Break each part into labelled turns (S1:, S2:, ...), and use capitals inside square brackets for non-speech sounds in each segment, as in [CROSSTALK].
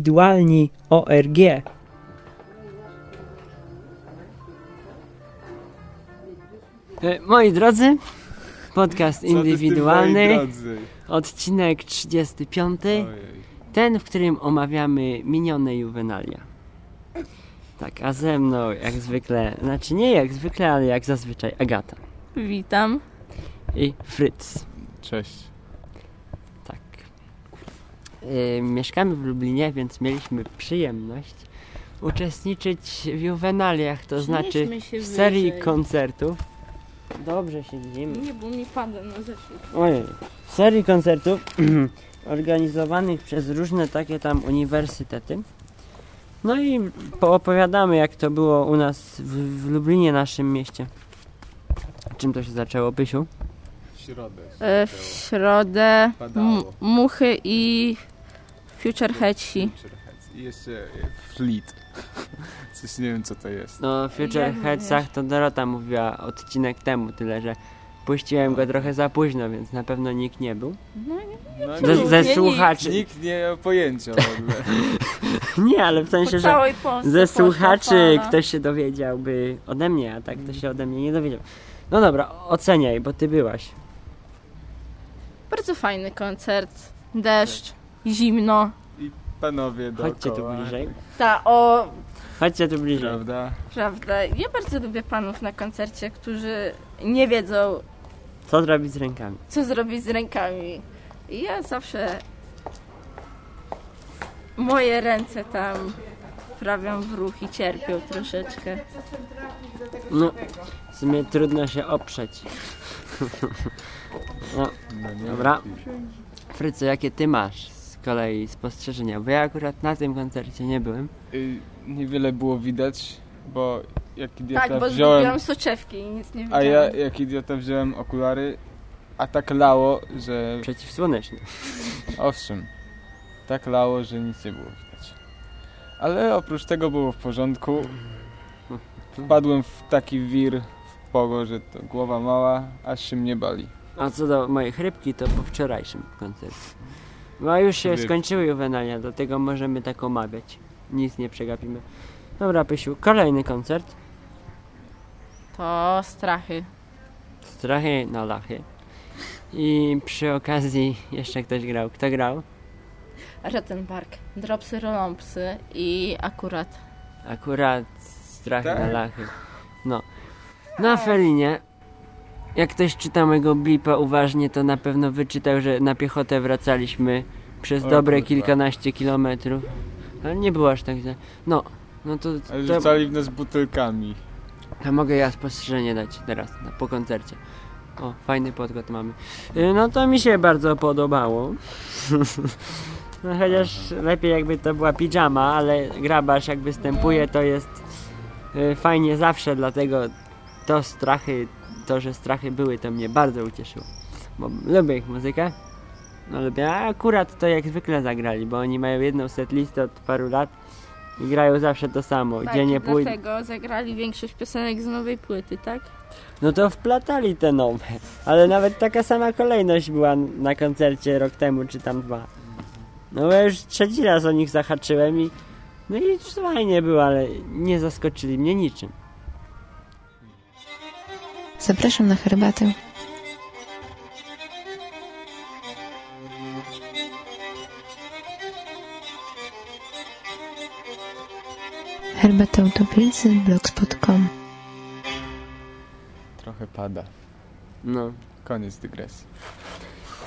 S1: podcast.indywidualni.org E, Moi drodzy, podcast
S2: Co ty w tym, moi
S1: indywidualny,
S2: drodzy?
S1: odcinek 35,
S2: Ojej.
S1: ten, w którym omawiamy minione juwenalia. Tak, a ze mną jak zwykle, znaczy nie jak zwykle, ale jak zazwyczaj Agata
S3: Witam.
S1: i Fritz.
S2: Cześć.
S1: Tak. Y, mieszkamy w Lublinie, więc mieliśmy przyjemność uczestniczyć w juwenaliach, to znaczy
S3: Przenieśmy się
S1: w serii
S3: wyżej.
S1: koncertów. Dobrze siedzimy.
S3: Nie, bo mi pada na zeszłym.
S1: Ojej. W serii koncertów [CLEARS THROAT] organizowanych przez różne takie tam uniwersytety. No i poopowiadamy jak to było u nas w, w Lublinie, naszym mieście. Czym to się zaczęło, Pysiu?
S2: W środę. się
S3: E, w
S2: zaczęło.
S3: środę
S2: Padało.
S3: m- muchy i future headsi.
S2: Futureheads. I jeszcze e, Fleet. [LAUGHS] Coś nie wiem co to jest.
S1: No, o Future
S3: Jak
S1: Headsach to Dorota mówiła odcinek temu, tyle że puściłem go trochę za późno, więc na pewno nikt nie był.
S2: No,
S1: Ze,
S3: nie,
S1: ze
S3: nie,
S1: słuchaczy.
S2: Nikt nie miał pojęcia w ogóle.
S1: [LAUGHS] Nie, ale w
S3: Po
S1: sensie, że
S3: całej Polsce.
S1: ze
S3: poszła
S1: słuchaczy
S3: fala.
S1: ktoś się dowiedziałby ode mnie, a tak to się ode mnie nie dowiedział. No dobra, oceniaj, bo ty byłaś.
S3: Bardzo fajny koncert. Deszcz, zimno.
S2: Panowie dookoła. No.
S1: Chodźcie tu bliżej.
S3: Ta o,
S1: Chodźcie tu bliżej.
S2: Prawda?
S3: prawda. Ja bardzo lubię panów na koncercie, którzy nie wiedzą,
S1: Co zrobić z rękami?
S3: co zrobić z rękami. I ja zawsze moje ręce tam wprawiam w ruch i cierpią troszeczkę.
S1: No, w sumie trudno się oprzeć.
S2: No nie.
S1: Dobra. Fryco, jakie ty masz z kolei spostrzeżenia? Bo ja akurat na tym koncercie nie byłem.
S2: Y, niewiele było widać, bo jak idiota
S3: Tak, bo
S2: wziąłem...
S3: zgubiłam soczewki i nic nie
S2: A
S3: widziałam.
S2: ja jak idiota wziąłem okulary, a tak lało, że...
S1: Przeciwsłoneczny.
S2: Owszem, tak lało, że nic nie było widać. Ale oprócz tego było w porządku. Wpadłem w taki wir w pogo, że to głowa mała, aż się mnie bali.
S1: A co do mojej chrypki, to po wczorajszym koncercie. No już się
S2: Chrypki.
S1: skończyły juwenalia, dlatego możemy tak omawiać. Nic nie przegapimy. Dobra, Pysiu, kolejny koncert.
S3: To strachy.
S1: Strachy na lachy. I przy okazji jeszcze ktoś grał. Kto grał?
S3: Rottenberg, dropsy, rolompsy i akurat.
S1: Akurat strachy
S2: Tak?
S1: na lachy. No. Na Felinie, jak ktoś czyta mojego blipa uważnie, to na pewno wyczytał, że na piechotę wracaliśmy przez
S2: O
S1: dobre
S2: kurwa.
S1: kilkanaście kilometrów. Ale nie było aż tak źle. No, no to,
S2: Ale
S1: to,
S2: rzucali w nas butelkami.
S1: to mogę ja spostrzeżenie dać teraz, na, po koncercie. O, fajny podkład mamy. Y, No to mi się bardzo podobało. [LAUGHS] No chociaż lepiej jakby to była pijama, ale grabarz jak występuje to jest y, fajnie zawsze, dlatego to strachy, to że strachy były to mnie bardzo ucieszyło. Bo lubię ich muzykę. No lubię, a akurat to jak zwykle zagrali, bo oni mają jedną setlistę od paru lat i grają zawsze to samo, gdzie nie pójdę.
S3: Tak, Dlatego zagrali większość piosenek z nowej płyty, tak?
S1: No to wplatali te nowe, ale nawet taka sama kolejność była na koncercie rok temu czy tam dwa. No bo ja już trzeci raz o nich zahaczyłem i no i fajnie było, ale nie zaskoczyli mnie niczym.
S4: Zapraszam na herbatę. Herbata utopicy blogspot.com
S2: Trochę pada.
S1: No.
S2: Koniec dygresji.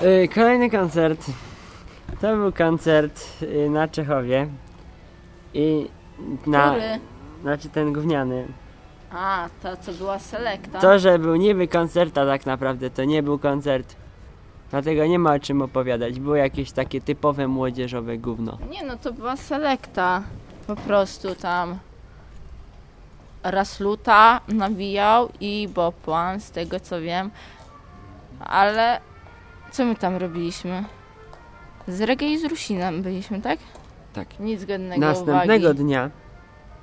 S1: Y, Kolejny koncert. To był koncert y, na Czechowie i na...
S3: Który?
S1: Znaczy ten gówniany.
S3: A, ta co była selekta.
S1: To, że był niby koncert, a tak naprawdę to nie był koncert. Dlatego nie ma o czym opowiadać. Było jakieś takie typowe młodzieżowe gówno.
S3: Nie no, to była selekta. Po prostu tam Rasluta nawijał i Bob One, z tego co wiem. Ale co my tam robiliśmy? Z reggae i z rusinem byliśmy, tak?
S1: Tak.
S3: Nic godnego
S1: Następnego
S3: uwagi.
S1: dnia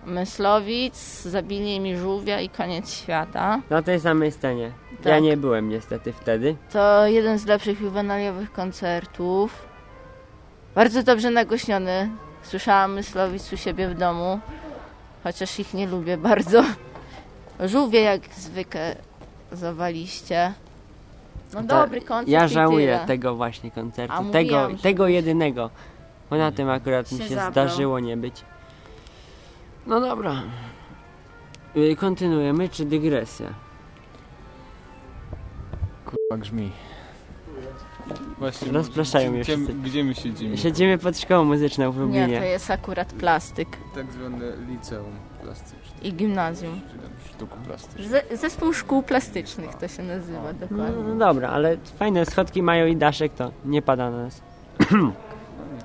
S3: Myslowic, zabili mi żółwia i koniec świata.
S1: na tej samej scenie. Ja
S3: Tak.
S1: nie byłem niestety wtedy.
S3: To jeden z lepszych juwenaliowych koncertów. Bardzo dobrze nagłośniony. Słyszałam myslowic u siebie w domu, chociaż ich nie lubię bardzo. Żółwie jak zwykle zawaliście. No dobry koncert
S1: Tak. Ja
S3: i
S1: żałuję
S3: tyle.
S1: tego właśnie koncertu.
S3: A mówiłam,
S1: tego,
S3: że-
S1: tego jedynego. Bo na tym akurat mi
S3: Się
S1: się
S3: zabrał.
S1: zdarzyło nie być. No dobra. Y, Kontynuujemy, czy dygresja?
S2: Kurwa grzmi. Tak Właśnie
S1: Rozpraszają mnie
S2: gdzie,
S1: wszyscy.
S2: gdzie my siedzimy?
S1: Siedzimy pod szkołą muzyczną w
S3: Nie, to
S1: Lublinie.
S3: jest akurat plastyk
S2: Tak zwane liceum plastyczne.
S3: i gimnazjum.
S2: Czy tam sztuku plastycznych.
S3: Ze, zespół szkół plastycznych to się nazywa
S1: No,
S3: dokładnie.
S1: no dobra, ale fajne schodki mają i daszek, to nie pada na nas.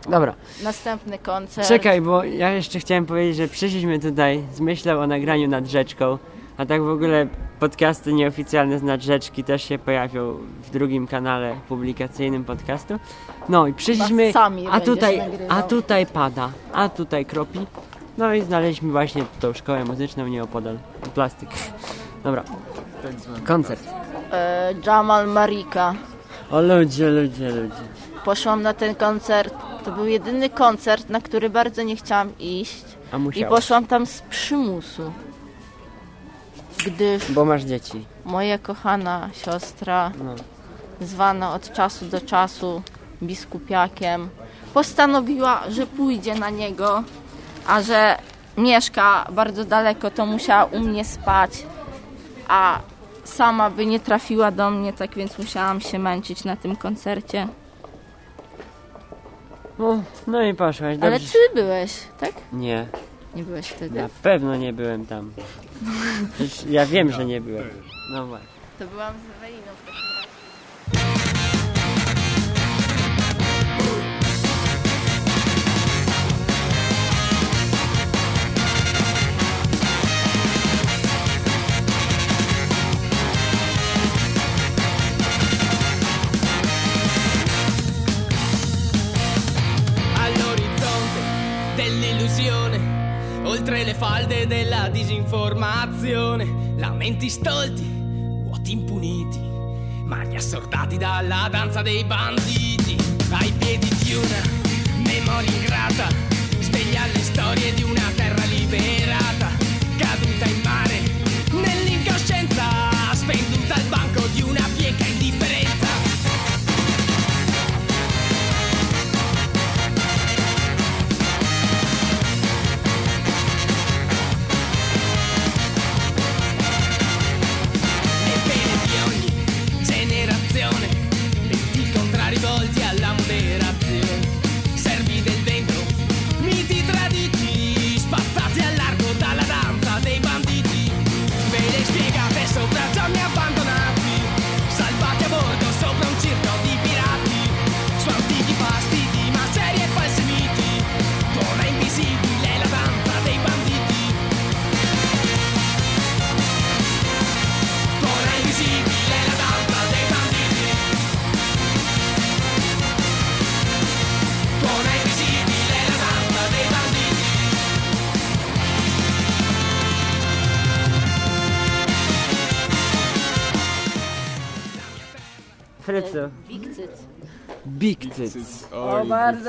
S1: [CLEARS THROAT] dobra.
S3: Następny koncert.
S1: Czekaj, bo ja jeszcze chciałem powiedzieć, że przyszliśmy tutaj z myślą o nagraniu nad rzeczką, a tak w ogóle podcasty nieoficjalne z nadrzeczki też się pojawią w drugim kanale publikacyjnym podcastu. No i przyszliśmy,
S3: Chyba sami
S1: a
S3: będziesz
S1: tutaj,
S3: nagrywał.
S1: a tutaj pada, a tutaj kropi. No i znaleźliśmy właśnie tą szkołę muzyczną nieopodal. Plastyk. Dobra,
S2: Tak zwany
S1: koncert.
S3: E, Jamal Marika.
S1: O ludzie, ludzie, ludzie.
S3: Poszłam na ten koncert. To był jedyny koncert, na który bardzo nie chciałam iść.
S1: A
S3: I
S1: musiałeś,
S3: poszłam tam z przymusu. Gdyż
S1: bo masz dzieci.
S3: moja kochana siostra,
S1: No.
S3: zwana od czasu do czasu biskupiakiem, postanowiła, że pójdzie na niego, a że mieszka bardzo daleko, to musiała u mnie spać, a sama by nie trafiła do mnie, tak więc musiałam się męczyć na tym koncercie.
S1: No, no i poszłaś, dobrze.
S3: Ale ty byłeś, tak?
S1: Nie.
S3: Nie byłeś wtedy.
S1: Na pewno nie byłem tam. Przecież ja wiem, że nie byłem. No właśnie.
S3: To byłam z Eweliną w takim razie.
S5: all'orizzonte dell'illusione, oltre le falde della disinformazione, lamenti stolti, vuoti impuniti, mani assordati dalla danza dei banditi, ai piedi di una memoria ingrata, sveglia le storie di una terra liberata, caduta in mare, nell'incoscienza, spenduta al banco di una bieca indifferenza. Ebbene di ogni generazione Venti contrarivolti alla moderazione Servi del vento, miti traditi Spazzati al largo dalla danza dei banditi Ve le spiegate sopra giorni abbandonati Salvati a bordo sopra un circo di pirati Su antichi fastidi, macerie e falsi miti Torna invisibile la danza dei banditi Torna invisibile la danza dei banditi Torna invisibile la danza dei banditi
S1: Frycu,
S3: Wikcyc.
S1: Big Tits.
S2: Oj,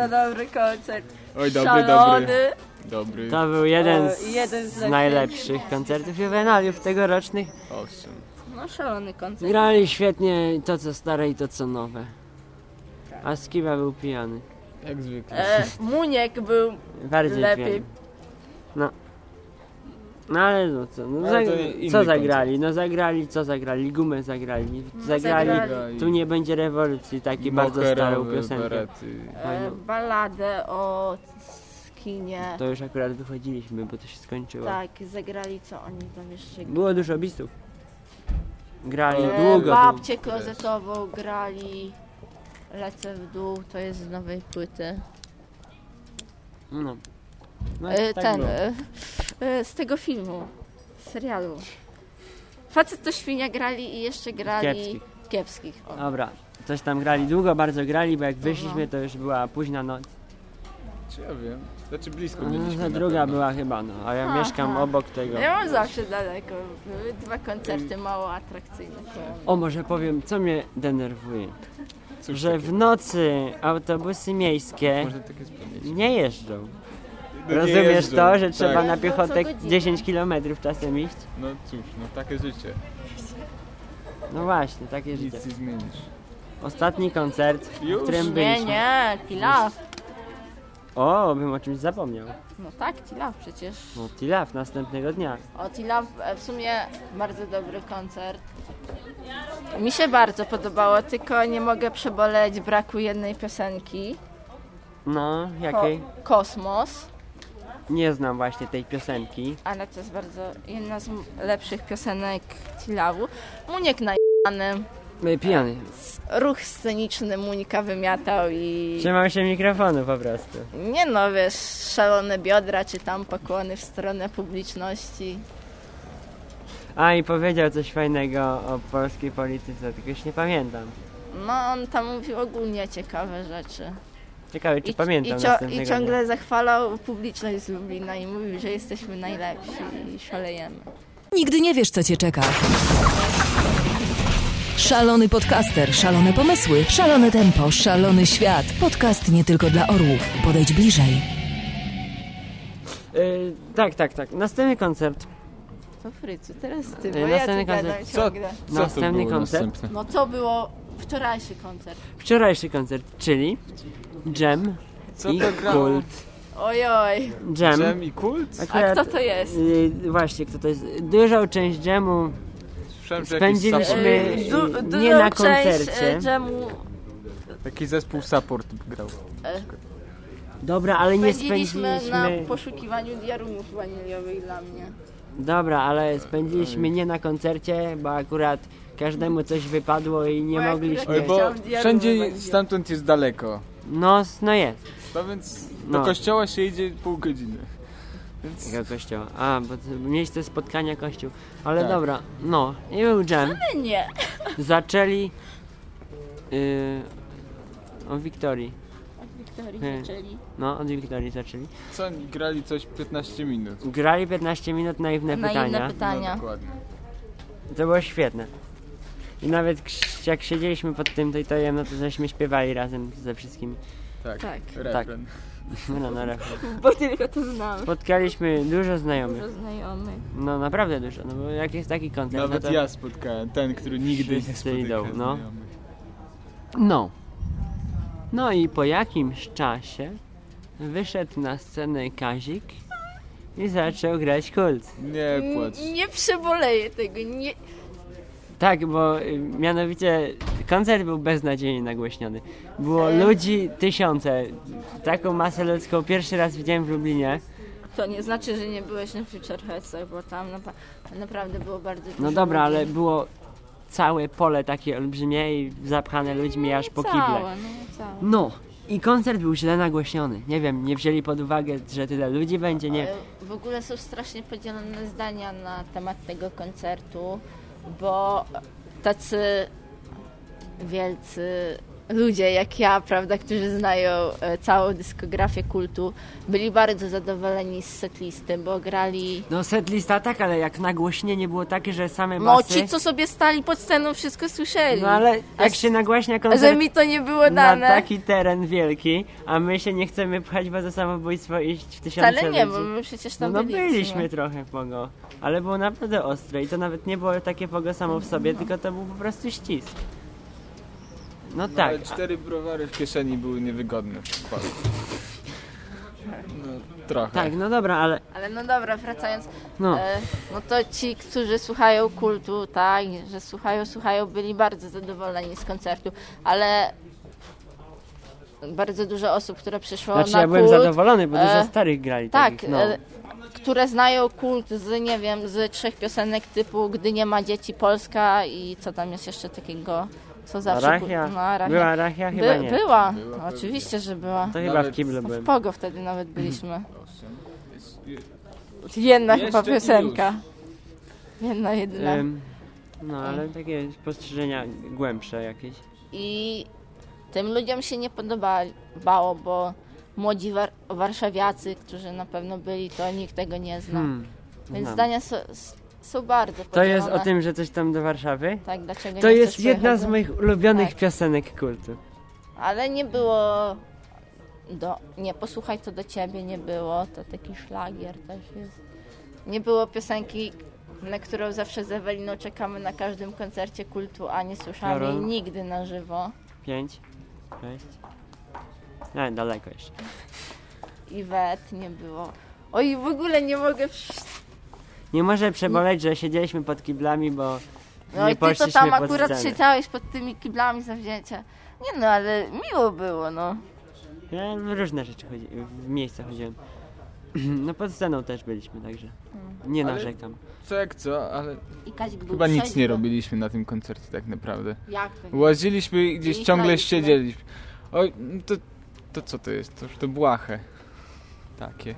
S3: dobry koncert.
S2: oj dobry, dobry. Dobry.
S1: To był jeden
S3: E,
S1: z,
S3: jeden z
S1: z najlepszych koncertów juwenaliów tegorocznych.
S2: Owszem.
S3: No szalony koncert.
S1: Grali świetnie i to co stare i to co nowe. A Skiba był pijany.
S2: Jak zwykle.
S3: E, Muniek był e,
S1: Bardziej
S3: Lepiej.
S1: pijany. No. No ale no co, no
S2: Ale
S1: za,
S2: to inny
S1: co zagrali? No zagrali, co zagrali? Gumę zagrali. Zagrali,
S3: No zagrali.
S1: tu nie będzie rewolucji, taki bardzo starą
S2: Moherowe
S1: piosenkę.
S2: berety.
S3: e,
S1: Fajną.
S3: baladę o skinie.
S1: To już akurat wychodziliśmy, bo to się skończyło.
S3: Tak, zagrali co oni tam jeszcze grali.
S1: Było dużo bistów. Grali
S2: E,
S3: E,
S1: długo.
S3: babcię klozetową grali. Lecę w dół, to jest z nowej płyty.
S1: No. No,
S3: E,
S1: tak
S3: ten,
S1: było.
S3: e, e, z tego filmu, z serialu. Facet to świnia grali i jeszcze grali
S1: Kiepskich.
S3: kiepskich. O. No,
S1: Dobra, coś tam grali, długo bardzo grali, bo jak wyszliśmy to już była późna noc.
S2: Czy ja wiem? Znaczy blisko
S1: No,
S2: byliśmy.
S1: ta
S2: na
S1: druga
S2: pewno.
S1: była chyba, no, a ja
S3: Aha.
S1: mieszkam obok tego.
S3: Ja mam zawsze daleko.
S1: Mm.
S3: Były dwa koncerty mało atrakcyjne.
S1: O, może powiem, co mnie denerwuje.
S2: Cóż
S1: że w
S2: takiego.
S1: nocy autobusy miejskie
S2: Może takie sprawy.
S1: nie jeżdżą.
S2: tak No nie
S1: Rozumiesz
S2: jeżdżą,
S1: to, że
S2: tak.
S1: trzeba na
S3: Ale to No, co
S1: piechotę
S3: godzinę.
S1: 10 km czasem iść?
S2: No cóż, no takie życie.
S1: No właśnie, takie życie.
S2: Nic nie zmienisz.
S1: Ostatni koncert, w
S2: Już?
S1: którym
S3: Nie,
S1: byliśmy.
S3: nie, Tilaf.
S1: O, bym o czymś zapomniał.
S3: No tak, Tilaf przecież.
S1: No, Tilaf następnego dnia.
S3: O, Tilaf e, w sumie bardzo dobry koncert. Mi się bardzo podobało, tylko nie mogę przeboleć braku jednej piosenki.
S1: No,
S3: Ko-
S1: jakiej?
S3: Kosmos.
S1: Nie znam właśnie tej piosenki.
S3: Ale to jest bardzo jedna z m- lepszych piosenek Tilawu. Muniek najebany.
S1: No, Pijany.
S3: Ruch sceniczny Munika wymiatał i...
S1: Trzymał się mikrofonu po prostu.
S3: Nie no, wiesz, szalone biodra czy tam pokłony w stronę publiczności.
S1: A i powiedział coś fajnego o polskiej polityce, tylko już nie pamiętam.
S3: No, on tam mówił ogólnie ciekawe rzeczy.
S1: Ciekawe, czy
S3: I,
S1: pamiętam
S3: i,
S1: następnego
S3: I ciągle zachwalał publiczność z Lublina i mówił, że jesteśmy najlepsi i szalejemy.
S6: Nigdy nie wiesz, co cię czeka. Szalony podcaster, szalone pomysły, szalone tempo, szalony świat. Podcast nie tylko dla orłów. Podejdź bliżej.
S1: dnia. Y, tak, tak, tak. Następny koncert.
S3: To Frycu, teraz ty, bo
S1: Ej,
S3: ja
S1: następny
S3: tu gadam
S1: koncert.
S3: ciągle.
S2: Co
S1: Następny
S2: to było
S1: koncert?
S2: Następne?
S3: No to było wczorajszy koncert.
S1: Wczorajszy koncert, czyli Jam
S2: Co
S1: i
S2: to grało?
S1: Kult. Tak,
S3: Ojoj,
S1: Jam.
S2: Dżem i kult?
S3: a kto to jest?
S1: Y, właśnie, kto to jest? Dużą część Jamu
S2: Słyszałem, że
S1: Spędziliśmy- my,
S2: jakiś
S3: Y,
S2: support,
S1: y,
S3: dużą
S1: nie na
S3: część,
S1: koncercie.
S3: y, Dżemu
S2: jakiś zespół support grał.
S1: Dobra, ale nie
S3: spędziliśmy na
S1: spędziliśmy.
S3: poszukiwaniu diarumów waniliowych dla mnie.
S1: Dobra, ale spędziliśmy nie na koncercie, bo akurat każdemu coś wypadło i nie
S3: Bo jak
S1: mogliśmy.
S2: Oj, bo
S3: Chciałam dialogu
S2: wszędzie
S3: będzie.
S2: stamtąd jest daleko.
S1: No, s- no jest.
S2: No więc
S1: No.
S2: do kościoła się idzie pół godziny. Więc
S1: Tego kościoła. A, bo to miejsce spotkania kościół. Ale
S2: Tak.
S1: dobra, no. I był Jam.
S3: Nie, E, nie.
S1: Zaczęli. y, o Wiktorii.
S3: Wiktorii
S1: Nie.
S3: zaczęli.
S1: No, od Wiktorii zaczęli.
S2: co oni grali coś 15 minut.
S1: Grali 15 minut na inne
S3: Na
S1: pytania.
S3: inne
S2: No,
S3: pytania.
S2: dokładnie.
S1: To było świetne. I nawet krz- jak siedzieliśmy pod tym tojtojem, no to żeśmy śpiewali razem ze wszystkimi.
S2: Tak.
S3: Tak.
S2: Refren.
S1: No, no, refren.
S3: Bo tylko to znam.
S1: Spotkaliśmy dużo znajomych.
S3: Dużo znajomych.
S1: No naprawdę dużo, no bo jak jest taki koncert,
S2: Nawet
S1: no to...
S2: ja spotkałem ten, który nigdy nie
S1: Wszyscy
S2: spotyka
S1: idą, no.
S2: znajomych.
S1: No. No i po jakimś czasie wyszedł na scenę Kazik i zaczął grać kult. Mm,
S2: Nie E, płacz.
S3: N- nie przeboleję tego, nie,
S1: Tak, bo y, mianowicie koncert był beznadziejnie nagłośniony. Było ludzi tysiące. Taką masę ludzką pierwszy raz widziałem w Lublinie.
S3: To nie znaczy, że nie byłeś na Futureheadsach, bo tam napa- naprawdę było bardzo dużo
S1: No dobra,
S3: ludzi.
S1: ale było całe pole takie olbrzymie i zapchane ludźmi aż po kible.
S3: Całe, no nie całe.
S1: No i koncert był źle nagłośniony. Nie wiem, nie wzięli pod uwagę, że tyle ludzi będzie, nie.
S3: E, W ogóle są strasznie podzielone zdania na temat tego koncertu, bo tacy wielcy ludzie jak ja, prawda, którzy znają e, całą dyskografię kultu, byli bardzo zadowoleni z setlisty, bo grali...
S1: No setlista tak, ale jak nagłośnienie było takie, że same
S3: No
S1: basy...
S3: ci, co sobie stali pod sceną, wszystko słyszeli.
S1: No ale
S3: A
S1: jak
S3: s-
S1: się nagłaśnia
S3: a Że
S1: koncert
S3: mi to nie było
S1: na
S3: dane.
S1: taki teren wielki, a my się nie chcemy pchać, bo za samobójstwo iść w tysiące
S3: Wcale nie, bo
S1: ludzi.
S3: my
S1: No,
S3: przecież tam
S1: no
S3: byliśmy.
S1: byliśmy trochę pogo, ale było naprawdę ostre i to nawet nie było takie pogo samo w sobie, tylko to był po prostu ścisk. No tak,
S2: Ale cztery browary w kieszeni były niewygodne w składzie. No, trochę.
S1: tak, no dobra, ale
S3: Ale no dobra, wracając,
S1: no,
S3: e, no to ci, którzy słuchają kultu, tak, że słuchają, słuchają, byli bardzo zadowoleni z koncertu, ale bardzo dużo osób, które przyszło
S1: znaczy
S3: na
S1: ja byłem
S3: kult,
S1: zadowolony, bo dużo
S3: e,
S1: starych grali
S3: tak,
S1: takich, no.
S3: e, które znają kult z, nie wiem, z trzech piosenek typu Gdy nie ma dzieci Polska i co tam jest jeszcze takiego, co zawsze...
S1: Arachia,
S3: kult- no, Arachia.
S1: była Arachia? Chyba
S3: By-
S1: nie.
S3: Była, No, oczywiście, że była.
S1: To chyba w
S2: Nawet-
S1: kiblu
S3: W
S1: byłem.
S3: Pogo wtedy nawet byliśmy. Jedna
S2: Jeszcze
S3: chyba
S2: i
S3: piosenka. Jedna, jedna.
S1: Ym, no
S3: E.
S1: ale takie spostrzeżenia głębsze jakieś.
S3: I tym ludziom się nie podobało, bo młodzi war- warszawiacy, którzy na pewno byli, to nikt tego nie zna.
S1: Hmm,
S3: Więc
S1: znam.
S3: zdania so- s- są bardzo
S1: To jest o
S3: podzielone.
S1: tym, że coś tam do Warszawy?
S3: Tak, dlaczego
S1: To
S3: nie
S1: jest
S3: chcesz
S1: jedna
S3: pojechać
S1: z
S3: do-
S1: moich ulubionych
S3: Tak.
S1: piosenek kultu.
S3: Ale nie było... Do... Nie, posłuchaj, to do ciebie nie było. To taki szlagier też jest. Nie było piosenki, na którą zawsze z Eweliną czekamy na każdym koncercie kultu, a nie słyszałam jej
S1: Karol?
S3: nigdy na żywo.
S1: Pięć, sześć. Nie, daleko jeszcze.
S3: Iwet nie było. Oj, w ogóle nie mogę... Przy...
S1: Nie może przeboleć, że siedzieliśmy pod kiblami, bo
S3: No
S1: nie
S3: i ty to
S1: poszliśmy
S3: tam
S1: pod
S3: akurat
S1: scenę.
S3: siedziałeś pod tymi kiblami zawzięcia. Nie no, ale miło było, no.
S1: Ja w różne rzeczy chodzi, w miejsca chodziłem. [CLEARS THROAT] No pod sceną też byliśmy, także
S3: Mm.
S1: nie
S2: Ale-
S1: narzekam.
S2: Co jak co, ale
S3: I Kazik był
S2: chyba nic
S1: tak?
S2: nie
S3: trzeźwy.
S2: robiliśmy na tym koncercie tak naprawdę.
S3: Jak to?
S2: Łaziliśmy i gdzieś
S3: I
S2: ciągle
S3: znaliśmy.
S2: siedzieliśmy. Oj, to, to co to jest? To już to błahe. Takie.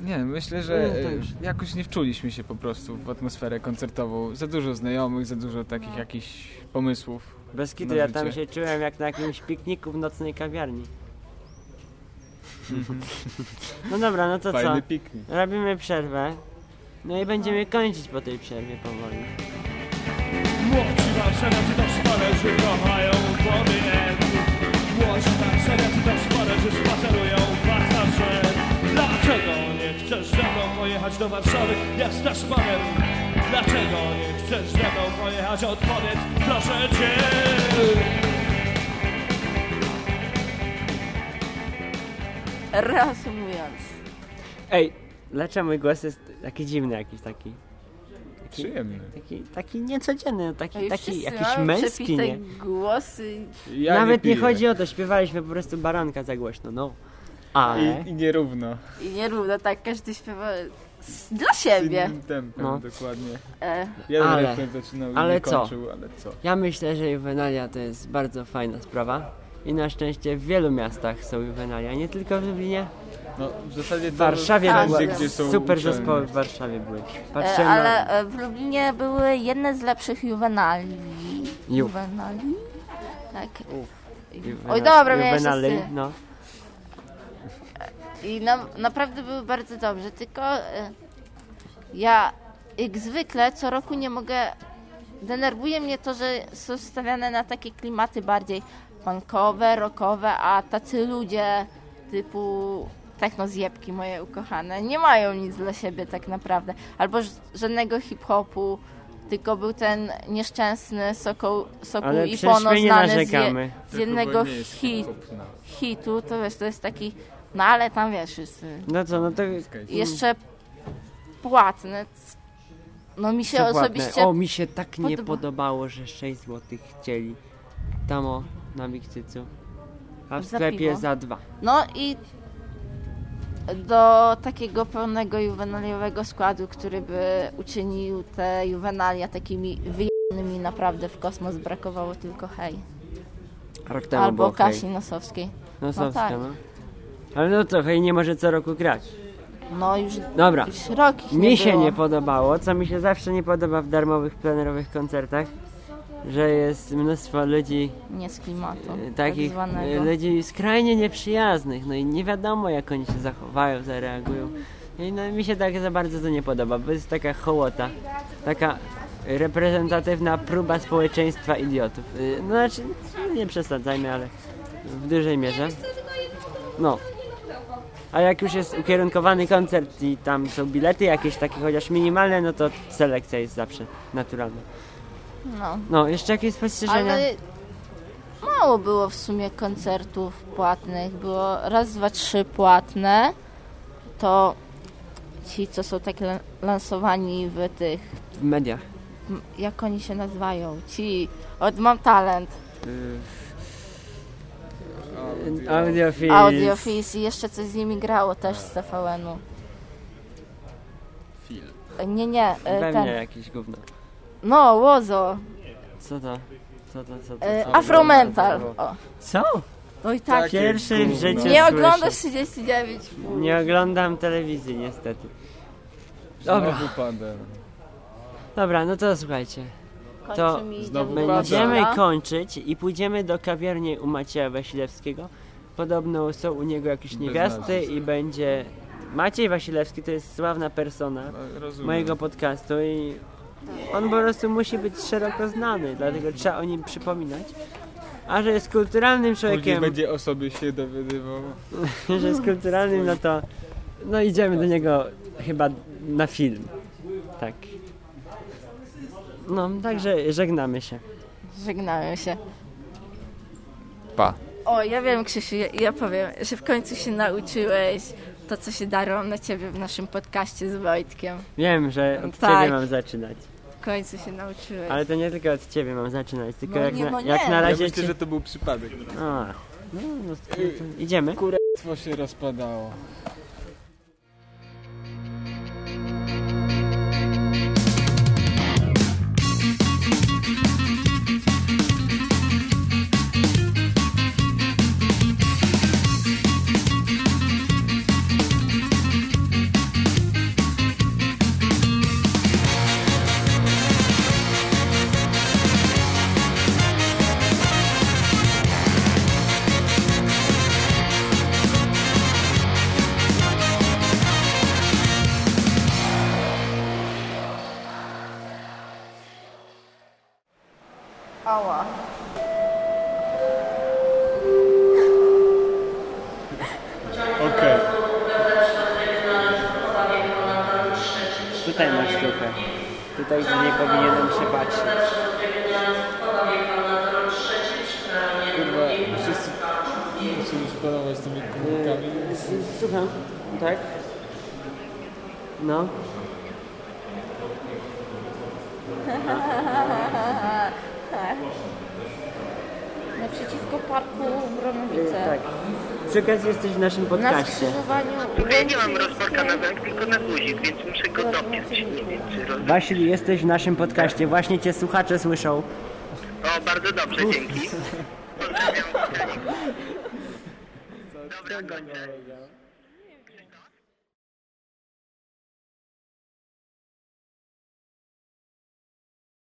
S2: Nie, myślę, że
S1: Nie, to
S2: e,
S1: już.
S2: jakoś nie wczuliśmy się po prostu w atmosferę koncertową. Za dużo znajomych, za dużo
S3: No.
S2: takich jakichś pomysłów.
S1: Bez kitu
S2: Na
S1: ja tam
S2: życie.
S1: się czułem jak na jakimś pikniku w nocnej kawiarni. No dobra, no to
S2: Fajny
S1: co?
S2: piknik.
S1: Robimy przerwę. No i będziemy kończyć po tej przerwie powoli.
S7: Młodzi warszawiacy to szpale, że kochają płody Emil. Młodzi warszawiacy to szpale, że spacerują w Warszawie Dlaczego nie chcesz ze mną pojechać do Warszawy? Jazda szpanem Dlaczego nie chcesz ze mną pojechać? Odpowiedz proszę Cię
S3: Reasumując,
S1: Ej, dlaczego mój głos jest taki dziwny jakiś taki?
S2: Przyjemny.
S1: Taki, taki niecodzienny, no
S3: to
S1: taki,
S3: już
S1: taki
S3: wszyscy
S1: jakiś
S3: mamy
S1: męski,
S3: przepite
S1: nie?
S3: głosy.
S2: Ja
S1: Nawet nie,
S2: piję.
S1: chodzi o to, śpiewaliśmy po prostu baranka za głośno, no. Ale...
S2: I, I nierówno.
S3: I nierówno tak każdy śpiewa s- dla
S2: Z
S3: siebie.
S2: innym tempem,
S1: No.
S2: dokładnie.
S3: E,
S2: Jeden
S1: Ale-
S2: refren zaczynał i
S1: ale
S2: nie
S1: co?
S2: kończył, ale co?
S1: Ja myślę, że juwenalia to jest bardzo fajna sprawa. I na szczęście w wielu miastach są juwenalia, nie tylko w Lublinie.
S2: No, w zasadzie
S1: W
S2: to
S1: Warszawie
S3: Tak,
S1: były
S2: wszędzie,
S3: tak.
S2: gdzie są
S1: super
S2: uczelnie. No
S1: zespoły w Warszawie były.
S3: e,
S1: Patrzyłem
S3: ale
S1: na...
S3: e, w Lublinie były jedne z lepszych juwenali.
S1: Ju.
S3: Juwenali? Tak.
S1: juwena-
S3: Oj, dobra, miałeś
S1: juwenale,
S3: rację.
S1: no.
S3: I na, naprawdę były bardzo dobrze, tylko e, ja jak zwykle co roku nie mogę. Denerwuje mnie to, że są stawiane na takie klimaty bardziej punkowe, rockowe, a tacy ludzie typu technozjebki moje ukochane nie mają nic dla siebie tak naprawdę. Albo ż- żadnego hip-hopu, tylko był ten nieszczęsny Sokół, sokół
S1: Ale
S3: i
S1: przecież
S3: Pono
S1: my nie
S3: znany z,
S1: narzekamy.
S3: je, z
S2: To chyba
S3: jednego
S2: nie jest
S3: hit,
S2: hip-hop, no.
S3: hitu, to wiesz, to jest taki, no ale tam wiesz, jest y,
S1: No co, no to...
S3: jeszcze płatne. c- No mi się
S1: co płatne?
S3: osobiście
S1: O, mi się tak nie
S3: podoba.
S1: podobało, że 6 zł chcieli. Tam o, na Mikcycu. A w
S3: Za
S1: sklepie
S3: piwo.
S1: za dwa.
S3: No i do takiego pełnego juwenaliowego składu, który by uczynił te juwenalia takimi wyjanymi naprawdę w kosmos, brakowało tylko hej.
S1: Rok temu
S3: Albo
S1: było hej.
S3: Kasi Nosowskiej.
S1: No,
S3: No
S1: Sowska,
S3: tak.
S1: no. Ale no co, hej nie może co roku grać.
S3: No już,
S1: Dobra.
S3: już rok ich Tak, nie
S1: Mi się
S3: było.
S1: nie podobało, co mi się zawsze nie podoba w darmowych, plenerowych koncertach, że jest mnóstwo ludzi
S3: Nie z klimatu.
S1: e,
S3: tak
S1: takich, e,
S3: zwanego.
S1: ludzi skrajnie nieprzyjaznych, no i nie wiadomo jak oni się zachowają, zareagują. I no, mi się tak za bardzo to nie podoba, bo jest taka hołota, taka reprezentatywna próba społeczeństwa idiotów. E, No znaczy, nie przesadzajmy, ale w dużej mierze. No. A jak już jest ukierunkowany koncert i tam są bilety jakieś takie chociaż minimalne, no to selekcja jest zawsze naturalna.
S3: No.
S1: No, jeszcze jakieś spostrzeżenia?
S3: Ale mało było w sumie koncertów płatnych. Było raz, dwa, trzy płatne. To ci, co są tak lan- lansowani w tych,
S1: W mediach.
S3: m- jak oni się nazywają? Ci od Mam Talent,
S2: Y,
S1: Audiofil.
S3: Audiofis i jeszcze coś z nimi grało też z TVN-u. Nie, nie, e,
S1: Pewnie
S3: ten.
S1: jakieś gówno.
S3: No, Łozo.
S1: Co to? Co to, co to?
S3: e,
S1: co
S3: Afromental. O,
S1: Co?
S3: no i tak.
S2: Takie
S1: Pierwszy w
S2: gówno.
S1: życiu
S3: Nie
S1: słyszę.
S3: oglądasz 39.
S1: Nie oglądam telewizji niestety. Dobra.
S2: Znowu padem.
S1: Dobra, no to słuchajcie.
S3: Kończy
S1: To
S3: mi
S2: znowu
S3: Dawid
S1: Będziemy
S3: Kozioła.
S1: kończyć i pójdziemy do kawiarni u Macieja Wasilewskiego. Podobno są u niego jakieś niewiasty
S2: nazwy.
S1: i będzie Maciej Wasilewski to jest sławna persona
S2: No, rozumiem.
S1: mojego podcastu i on po prostu musi być szeroko znany, dlatego trzeba o nim przypominać. A że jest kulturalnym
S2: Później
S1: człowiekiem,
S2: będzie o sobie się dowiadywał.
S1: że jest kulturalnym, no to no idziemy do niego chyba na film. Tak. No, także żegnamy się.
S3: Żegnałem się.
S2: Pa.
S3: O, ja wiem, Krzysiu, ja, ja powiem, że w końcu się nauczyłeś to, co się darło na ciebie w naszym podcaście z Wojtkiem.
S1: Wiem, że od
S3: Tak.
S1: ciebie mam zaczynać.
S3: W końcu się nauczyłeś.
S1: Ale to nie tylko od ciebie mam zaczynać, tylko
S3: No
S1: jak,
S3: nie,
S1: na,
S3: no nie.
S1: jak na
S2: Ja
S1: razie
S2: myślę,
S1: ci-
S2: że to był przypadek.
S1: A, no, no, to- to idziemy.
S2: Tło się rozpadało.
S3: Ała.
S2: Okej.
S1: Tutaj masz sztukę. Tutaj nie powinienem się patrzeć.
S2: Kurwa, wszyscy musimy spanować tymi komórkami.
S1: Słucham, tak? No.
S3: Naprzeciwko parku
S1: y,
S3: Bronowice.
S1: Tak. Przy okazji jesteś w naszym
S3: Na
S1: podcaście.
S3: skrzyżowaniu
S8: Ja nie mam rozporka na bank, tylko na guzik, więc muszę go dopiąć. Nie wiem, czy roz...
S1: Wasil, jesteś w naszym podcaście. Właśnie cię słuchacze słyszą.
S8: O, bardzo dobrze, dzięki. Pozdrawiam. Dobra, kończę.
S2: Kolega.